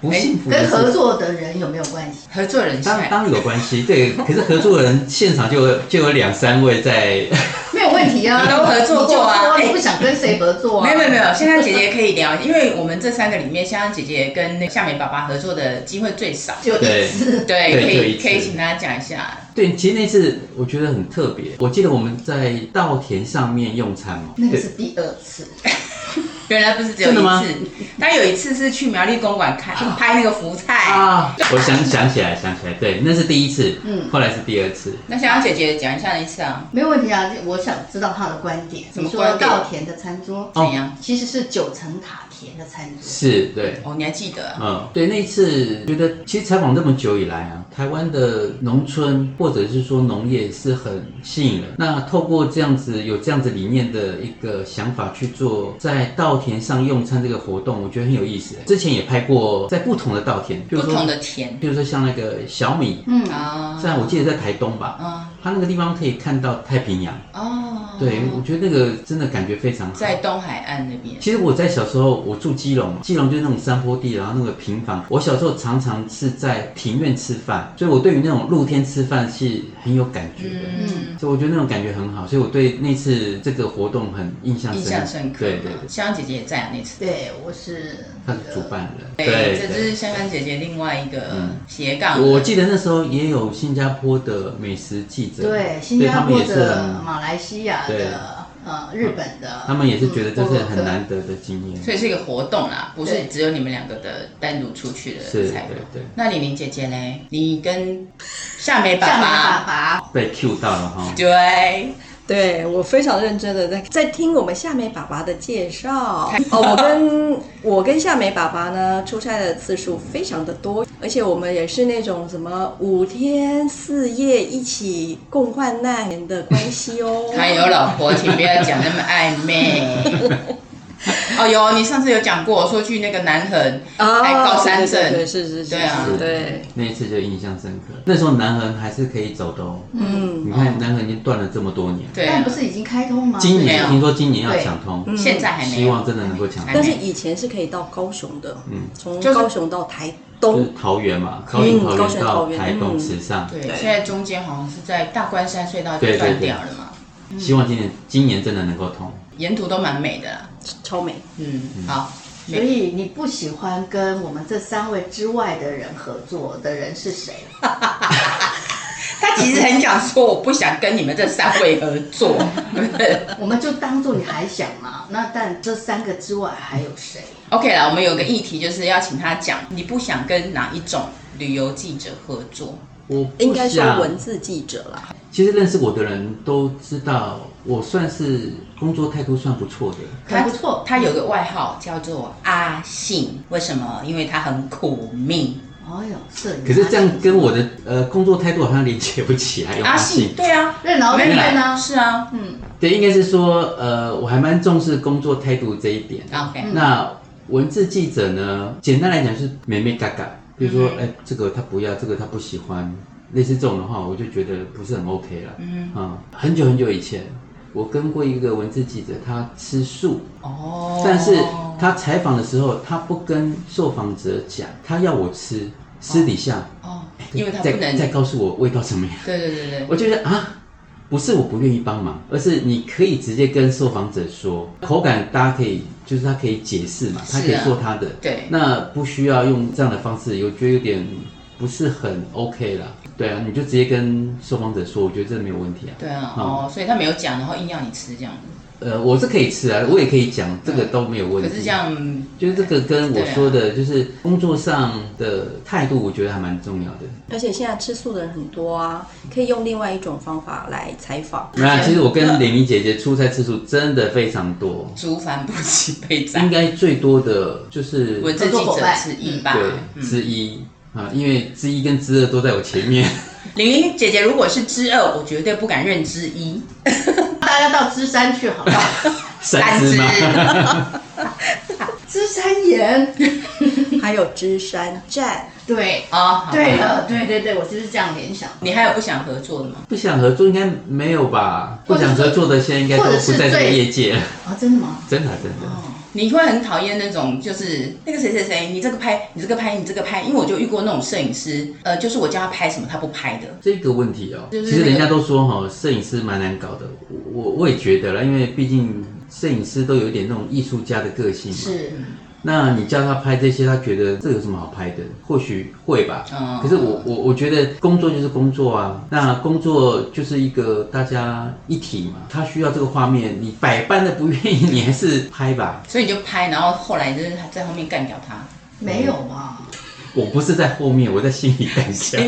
Speaker 4: 不幸福的
Speaker 3: 哎跟
Speaker 4: 事
Speaker 3: 合
Speaker 4: 情。
Speaker 3: 作的人有没有关系？
Speaker 1: 合作人现
Speaker 4: 当
Speaker 1: 在
Speaker 4: 当然有关系，对。可是合作人现场就有就有两三位在， (laughs)
Speaker 3: 没有，我问题啊，
Speaker 1: 你 (laughs) 都合作过啊
Speaker 3: 你就说
Speaker 1: 哎
Speaker 3: 你不想跟谁合作啊？
Speaker 1: 没有没有没有，香香姐姐可以聊，因为我们这三个里面，香香姐姐跟那个夏美爸爸合作的机会最少。
Speaker 3: 就一次，
Speaker 1: 对，可
Speaker 4: 对就一
Speaker 1: 以
Speaker 4: 次
Speaker 1: 可以请大家讲一下。
Speaker 4: 对，其实那次我觉得很特别。我记得我们在稻田上面用餐嘛，
Speaker 3: 那个
Speaker 4: 对
Speaker 3: 是第二次，
Speaker 1: 原来不是只有一
Speaker 4: 真的吗
Speaker 1: 次，他有一次是去苗栗公馆看拍那个福菜。
Speaker 4: 啊，我想想起来，想起来，对，那是第一次，
Speaker 3: 嗯
Speaker 4: 后来是第二次。
Speaker 1: 那香香姐姐讲一下那一次啊，
Speaker 3: 没有问题啊。我想知道他的观点。
Speaker 1: 什么
Speaker 3: 你
Speaker 1: 观
Speaker 3: 说
Speaker 1: 点哦
Speaker 3: 稻田的餐桌
Speaker 1: 怎样？
Speaker 3: 其实是九层塔田的餐桌，
Speaker 4: 是，对，
Speaker 1: 哦，你还记得啊？
Speaker 4: 嗯，对，那一次觉得，其实采访这么久以来啊，台湾的农村或者是说农业是很吸引人。那透过这样子有这样子理念的一个想法去做，在稻田上用餐这个活动，我觉得很有意思。之前也拍过在不同的稻田，比
Speaker 1: 不
Speaker 4: 如
Speaker 1: 同
Speaker 4: 说，
Speaker 1: 的田
Speaker 4: 比如说像那个小米，
Speaker 3: 嗯，
Speaker 1: 啊，
Speaker 4: 在我记得在台东吧，
Speaker 1: 啊
Speaker 4: 它那个地方可以看到太平洋。
Speaker 1: 哦，
Speaker 4: 对，我觉得那个真的感觉非常好。
Speaker 1: 在东海岸那边，
Speaker 4: 其实我在小时候，我住基隆，基隆就是那种山坡地，然后那个平房。我小时候常常是在庭院吃饭，所以我对于那种露天吃饭是很有感觉的。
Speaker 1: 嗯，
Speaker 4: 所以我觉得那种感觉很好，所以我对那次这个活动很印象深
Speaker 1: 印
Speaker 4: 刻。
Speaker 1: 象深刻。
Speaker 4: 对对对，
Speaker 1: 香香姐姐也在啊那次。
Speaker 3: 对，我是
Speaker 4: 他是主办人。
Speaker 1: 这是香香姐姐另外一个
Speaker 4: 嗯
Speaker 1: 斜杠的。
Speaker 4: 我记得那时候也有新加坡的美食记者，
Speaker 3: 对新
Speaker 4: 对
Speaker 3: 加
Speaker 4: 他们
Speaker 3: 坡
Speaker 4: 也是
Speaker 3: 的、
Speaker 4: 很，
Speaker 3: 马来西亚
Speaker 4: 对
Speaker 3: 的、呃日本的，
Speaker 4: 他们也是觉得这是
Speaker 3: 嗯
Speaker 4: 很难得的经验。
Speaker 1: 所以是一个活动啦，不是
Speaker 3: 对
Speaker 1: 只有你们两个的单独出去的
Speaker 4: 是，
Speaker 1: 采
Speaker 4: 对
Speaker 1: 访。
Speaker 4: 对，
Speaker 1: 那李玲姐姐嘞，你跟夏美
Speaker 3: 像
Speaker 1: 爸爸
Speaker 3: 你爸，爸
Speaker 4: 被 Q 到了哈。
Speaker 1: 对，。
Speaker 2: 对我非常认真的在在听我们夏美爸爸的介绍哦，我跟我跟夏美爸爸呢出差的次数非常的多，而且我们也是那种什么五天四夜一起共患难的关系哦
Speaker 1: 他有老婆，请不要讲那么暧
Speaker 3: (laughs)
Speaker 1: 昧。哦，有你上次有讲过，说去那个南横，
Speaker 2: 啊
Speaker 1: 还高山
Speaker 2: 对对
Speaker 1: 症
Speaker 2: 对是是是，
Speaker 1: 对啊
Speaker 2: 是对，
Speaker 4: 那一次就印象深刻。那时候南横还是可以走的哦。
Speaker 2: 嗯，
Speaker 4: 你看南横已经断了这么多年，
Speaker 1: 对啊、
Speaker 3: 但不是已经开通吗？
Speaker 4: 今
Speaker 1: 没有
Speaker 4: 年听说今年要抢通，
Speaker 2: 嗯
Speaker 1: 现在还没
Speaker 4: 希望
Speaker 1: 有，
Speaker 4: 真的能够抢
Speaker 1: 还
Speaker 4: 通
Speaker 1: 没
Speaker 2: 但。是以前是可以到高雄的，
Speaker 4: 嗯，
Speaker 2: 从
Speaker 1: 就是
Speaker 2: 高雄到台
Speaker 4: 就
Speaker 2: 东
Speaker 4: 是，桃园嘛，高雄
Speaker 2: 嗯
Speaker 4: 桃
Speaker 2: 高雄
Speaker 4: 园
Speaker 2: 桃
Speaker 4: 到
Speaker 2: 园
Speaker 4: 台东
Speaker 2: 嗯
Speaker 4: 池上，
Speaker 1: 对，
Speaker 2: 对
Speaker 1: 现在中间好像是在大关山隧道就
Speaker 4: 对对
Speaker 1: 断
Speaker 4: 对
Speaker 1: 掉了嘛，
Speaker 4: 希望今年今年真的能够通。
Speaker 1: 沿途都蛮美的啦，
Speaker 2: 超美。
Speaker 1: 嗯，好，
Speaker 3: 所以你不喜欢跟我们这三位之外的人合作的人
Speaker 1: (laughs)
Speaker 3: 是谁？
Speaker 1: 他其实很想说，我不想跟你们这三位合
Speaker 4: (laughs)
Speaker 1: 作，对不对
Speaker 3: 我们就当做你还想嘛。那但这三个之外还有谁？
Speaker 1: ？OK 啦，我们有个议题就是要请他讲，你不想跟哪一种旅游记者合作？
Speaker 4: 我
Speaker 2: 应
Speaker 4: 不
Speaker 2: 该说
Speaker 4: 想，
Speaker 2: 文字记者啦，
Speaker 4: 其实认识我的人都知道，我算是工作态度算不错的。
Speaker 2: 嗯
Speaker 3: 很不错
Speaker 1: 他有个外号叫做阿信，为什么？因为他很苦命。
Speaker 3: 哦哟，摄影。
Speaker 4: 可是这样跟我的呃工作态度好像连接不起来。
Speaker 1: 阿信，，对啊，
Speaker 3: 任劳
Speaker 1: 没
Speaker 3: 任
Speaker 1: 有
Speaker 3: 怨
Speaker 1: 啦
Speaker 3: 呢？
Speaker 1: 是啊，
Speaker 3: 嗯，
Speaker 4: 对，应该是说呃，我还蛮重视工作态度这一点。
Speaker 1: OK
Speaker 3: 嗯
Speaker 4: 那文字记者呢，简单来讲就是美美嘎嘎，比如说，
Speaker 1: 嗯
Speaker 4: 哎、这个他不要，这个他不喜欢，类似这种的话，我就觉得不是很 OK 了。
Speaker 1: 嗯，
Speaker 4: 啊、很久很久以前，我跟过一个文字记者，他吃素，
Speaker 1: 哦，
Speaker 4: 但是他采访的时候，他不跟受访者讲，他要我吃，私底下，
Speaker 1: 哦，因为他不
Speaker 4: 再
Speaker 1: 能，
Speaker 4: 再
Speaker 1: 对
Speaker 4: 告诉我味道怎么样。
Speaker 1: 对对对，
Speaker 4: 我就觉得啊，不是我不愿意帮忙，而是你可以直接跟受访者说，口感大家可以，就是他可以解释嘛，
Speaker 1: 是啊
Speaker 4: 他可以做他的，
Speaker 1: 对
Speaker 4: 那不需要用这样的方式，我觉得有点不是很 OK 啦。对啊，你就直接跟受访者说，我觉得这没有问题啊。
Speaker 1: 对啊，
Speaker 4: 嗯
Speaker 1: 哦，所以他没有讲，然后硬要你吃这样，
Speaker 4: 呃，我是可以吃啊，我也可以讲，这个都没有问
Speaker 1: 嗯可
Speaker 4: 题。
Speaker 1: 是这样，啊
Speaker 4: 就是这个跟我说的，就是工作上的态度，我觉得还蛮重要的。
Speaker 2: 而且现在吃素的人很多啊，可以用另外一种方法来采访。
Speaker 4: 那其实我跟玲玲姐姐出差次数真的非常多，
Speaker 1: 竹凡不起被
Speaker 4: 应
Speaker 1: 宰，
Speaker 4: 该最多的就是
Speaker 1: 文字记者之一吧。
Speaker 4: 对
Speaker 1: 嗯
Speaker 4: 之一啊，因为之一跟之二都在我前面。 (laughs)
Speaker 1: 玲玲姐姐如果是之二，我绝对不敢认之一，
Speaker 3: 大家到芝山去好
Speaker 1: (laughs)
Speaker 3: 不好？
Speaker 4: 三只吗？
Speaker 3: 芝山岩，
Speaker 2: 还有芝山站，
Speaker 3: 对，
Speaker 1: 啊，好
Speaker 3: 对了，对对对，我就是这样联想。
Speaker 1: 你还有不想合作的吗？
Speaker 4: (laughs) 不想合作应该没有吧？
Speaker 3: 或
Speaker 4: 不
Speaker 3: 者是
Speaker 4: 想合作的现在应该都不在这个
Speaker 3: 或者是最
Speaker 4: 业界了，
Speaker 3: 哦，真的吗？
Speaker 4: (laughs) 真的真的。
Speaker 1: 哦，你会很讨厌那种，就是那个谁谁谁，你这个拍，你这个拍，你这个拍，因为我就遇过那种摄影师，呃，就是我叫他拍什么，他不拍的。
Speaker 4: 这个问题哦，
Speaker 1: 就是
Speaker 4: 其实
Speaker 1: 那个
Speaker 4: 人家都说哈、摄影师蛮难搞的，我我我也觉得啦，因为毕竟摄影师都有一点那种艺术家的个性嘛。
Speaker 3: 是
Speaker 4: 那你叫他拍这些，他觉得这有什么好拍的？或许会吧。
Speaker 1: 嗯
Speaker 4: 可是我我我觉得工作就是工作啊，那工作就是一个大家一体嘛，他需要这个画面，你百般的不愿意，你还是拍吧。
Speaker 1: 所以你就拍，然后后来就是在后面干掉他。
Speaker 3: 没有吧？
Speaker 4: 我不是在后面，我在心里干笑。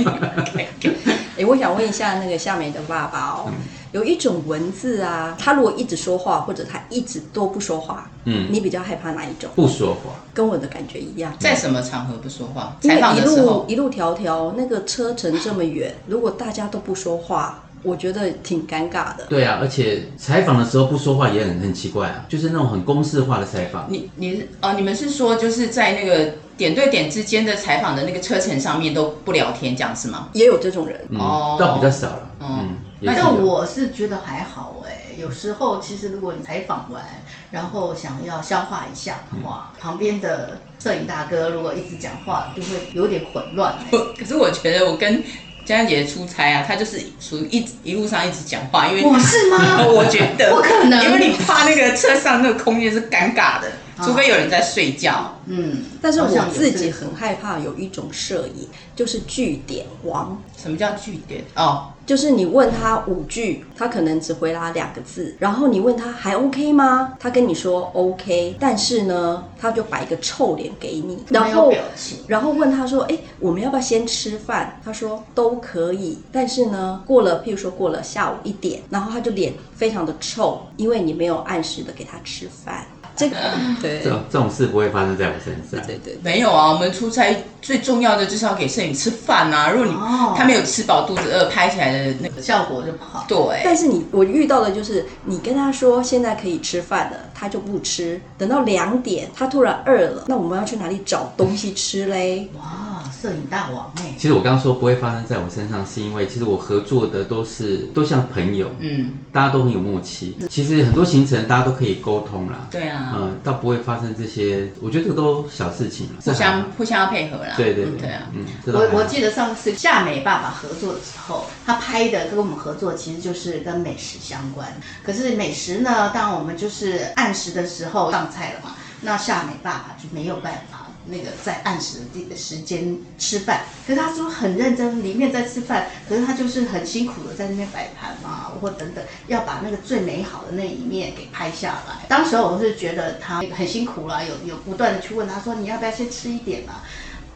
Speaker 2: 哎，我想问一下那个夏美的爸爸哦，有一种文字啊，他如果一直说话，或者他一直都不说话，
Speaker 4: 嗯
Speaker 2: 你比较害怕哪一种？
Speaker 4: 不说话，
Speaker 2: 跟我的感觉一样。
Speaker 1: 在什么场合不说话？
Speaker 2: 因
Speaker 1: 采
Speaker 2: 为
Speaker 1: 访
Speaker 2: 一
Speaker 1: 的时
Speaker 2: 路
Speaker 1: 候，
Speaker 2: 一路迢迢，那个车程这么远，如果大家都不说话，我觉得挺尴尬的。
Speaker 4: 对啊，而且采访的时候不说话也很很奇怪啊，就是那种很公式化的采访。
Speaker 1: 你你是哦，你们是说就是在那个点对点之间的采访的那个车程上面都不聊天，这样是吗？ (laughs)
Speaker 2: 也有这种人，
Speaker 4: 嗯，
Speaker 1: 哦
Speaker 4: 倒比较少了。
Speaker 1: 嗯
Speaker 4: 嗯，也是有
Speaker 3: 但我是觉得还好哎、有时候其实如果你采访完，然后想要消化一下的话，旁边的摄影大哥如果一直讲话，就会有点混乱、欸。
Speaker 1: 可是我觉得我跟江江姐出差啊，她就是属于一直一路上一直讲话，因为
Speaker 3: 我是吗？
Speaker 1: (laughs) 哦我觉得
Speaker 3: (laughs) 不可能
Speaker 1: 因为你怕那个车上那个空间是尴尬的，
Speaker 3: 啊
Speaker 1: 除非有人在睡觉。
Speaker 3: 嗯，
Speaker 2: 但是
Speaker 3: 好像
Speaker 2: 我
Speaker 3: 有
Speaker 2: 自
Speaker 3: 这
Speaker 2: 己
Speaker 3: 种
Speaker 2: 很害怕有一种摄影，就是据点王，
Speaker 1: 什么叫据点？哦，
Speaker 2: 就是你问他五句，他可能只回答两个字，然后你问他还 OK 吗？他跟你说 OK，但是呢，他就摆一个臭脸给你，然
Speaker 3: 没有
Speaker 2: 后
Speaker 3: 表情。
Speaker 2: 然后问他说：“哎，我们要不要先吃饭？”他说：“都可以。”但是呢，过了，譬如说过了下午一点，然后他就脸非常的臭，因为你没有按时的给他吃饭。这个对
Speaker 4: 这种这种事不会发生在我身上。
Speaker 2: 对对，
Speaker 1: 没有啊，我们出差最重要的就是要给摄影吃饭啊。如果你、
Speaker 3: 哦
Speaker 1: 他没有吃饱肚子饿，拍起来的那个
Speaker 3: 效果就不好。
Speaker 1: 对，
Speaker 2: 但是你我遇到的就是你跟他说现在可以吃饭了，他就不吃，等到两点他突然饿了，那我们要去哪里找东西吃嘞？
Speaker 3: 哇，摄影大王哎、
Speaker 4: 其实我刚刚说不会发生在我身上，是因为其实我合作的都是都像朋友，
Speaker 1: 嗯，
Speaker 4: 大家都很有默契。其实很多行程大家都可以沟通啦，
Speaker 1: 对啊，
Speaker 4: 嗯，倒不会发生这些。我觉得这个都小事情了，
Speaker 1: 互
Speaker 4: 这还
Speaker 1: 相
Speaker 4: 好
Speaker 1: 互相要配合啦。
Speaker 4: 啊对对
Speaker 1: 嗯
Speaker 4: 对，
Speaker 1: 啊，
Speaker 4: 嗯，这都还
Speaker 3: 我
Speaker 4: 好
Speaker 3: 我记得上次夏美爸爸合作的时候，他拍的跟我们合作其实就是跟美食相关。可是美食呢，当我们就是按时的时候上菜了嘛，那夏美爸爸就没有办法那个在按时的地时间吃饭。可是他说很认真，里面在吃饭，可是他就是很辛苦的在那边摆盘嘛，或等等，要把那个最美好的那一面给拍下来。当时我是觉得他很辛苦啦，有有不断的去问他说你要不要先吃一点啊？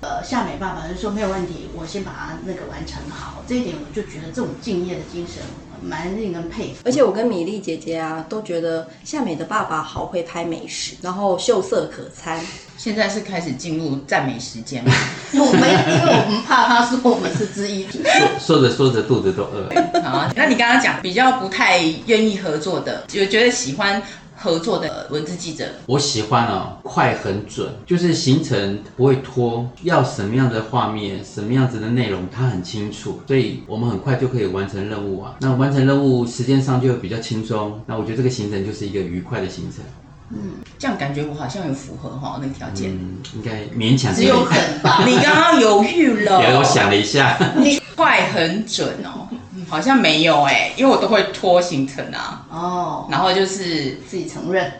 Speaker 3: 呃，夏美爸爸就说没有问题，我先把它那个完成好。这一点我就觉得这种敬业的精神蛮令人佩服。
Speaker 2: 而且我跟米粒姐姐啊，都觉得夏美的爸爸好会拍美食，然后秀色可餐。
Speaker 1: 现在是开始进入赞美时间嘛。
Speaker 3: 我没有，因为我们怕他说我们是
Speaker 2: (laughs)
Speaker 3: 之一品。
Speaker 4: 说着说着肚子都饿了。
Speaker 1: (laughs) 好啊，那你刚刚讲比较不太愿意合作的，就觉得喜欢合作的文字记者，
Speaker 4: 我喜欢哦，快很准，就是行程不会拖，要什么样的画面，什么样子的内容，它很清楚，所以我们很快就可以完成任务啊。那完成任务时间上就比较轻松，那我觉得这个行程就是一个愉快的行程。
Speaker 1: 这样感觉我好像有符合哈那个条件。
Speaker 4: 嗯，应该勉强可以
Speaker 3: 只有狠
Speaker 2: (laughs)
Speaker 3: 吧？
Speaker 1: (laughs) 你刚刚犹豫了，
Speaker 4: 有我想了一下，
Speaker 1: 快很准哦，嗯好像没有哎、因为我都会拖行程啊，
Speaker 3: 哦，
Speaker 1: 然后就是
Speaker 3: 自己承认。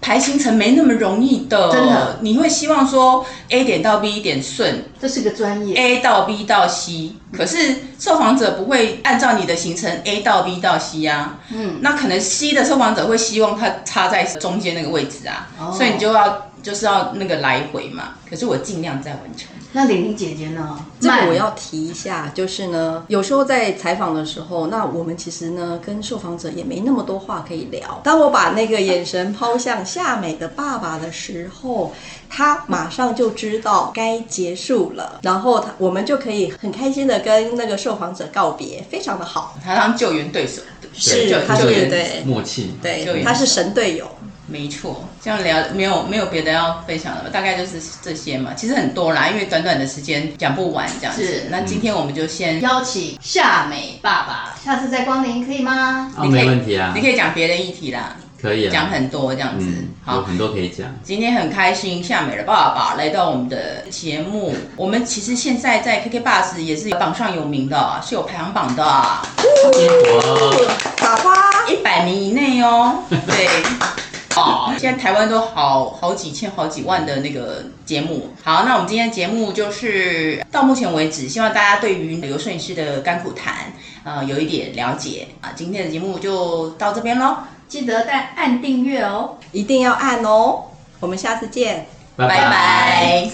Speaker 1: 排行程没那么容易的，
Speaker 3: 真的，
Speaker 1: 你会希望说 A 点到 B 点顺
Speaker 3: 这是个专业，
Speaker 1: ，A 到 B 到 C，可是受访者不会按照你的行程 A 到 B 到 C 啊，
Speaker 3: 嗯，
Speaker 1: 那可能 C 的受访者会希望它插在中间那个位置啊，
Speaker 3: 哦
Speaker 1: 所以你就要就是要那个来回嘛，可是我尽量在完成。
Speaker 3: 那玲玲姐姐呢？
Speaker 2: 这个
Speaker 3: 慢
Speaker 2: 我要提一下，就是呢，有时候在采访的时候，那我们其实呢跟受访者也没那么多话可以聊。当我把那个眼神抛向夏美的爸爸的时候，他马上就知道该结束了，然后他我们就可以很开心的跟那个受访者告别，非常的好。
Speaker 1: 他当救援对手，
Speaker 2: 是
Speaker 1: 救
Speaker 2: 他
Speaker 1: 救
Speaker 2: 是
Speaker 1: 援
Speaker 2: 对
Speaker 4: 默契，
Speaker 1: 就
Speaker 2: 对，
Speaker 1: 也
Speaker 2: 他是神队友。
Speaker 1: 没错，这样聊没有没有别的要分享的吧？大概就是这些嘛。其实很多啦，因为短短的时间讲不完这样子
Speaker 3: 是。嗯
Speaker 1: 那今天我们就先，
Speaker 3: 邀请夏美爸爸，下次再光临可以吗？
Speaker 4: 啊，
Speaker 1: 你可以
Speaker 4: 没问题啊
Speaker 1: 你。可以讲别的议题啦。
Speaker 4: 可以啊，
Speaker 1: 讲很多这样子。
Speaker 4: 嗯，有
Speaker 1: 好，
Speaker 4: 很多可以讲。
Speaker 1: 今天很开心，夏美的爸爸来到我们的节目。我们其实现在在 KK Bus 也是榜上有名的，是有排行榜的、啊，
Speaker 4: 我
Speaker 2: 打花。
Speaker 1: 一百名以内
Speaker 4: (laughs)
Speaker 1: 哦。对，
Speaker 4: 啊
Speaker 1: 哦，现在台湾都好好几千、好几万的那个节目。好，那我们今天的节目就是到目前为止，希望大家对于刘摄影师的甘苦谈，呃，有一点了解啊。今天的节目就到这边喽，
Speaker 3: 记得按按订阅哦。
Speaker 2: 一定要按哦。我们下次见。
Speaker 4: 拜
Speaker 1: 拜拜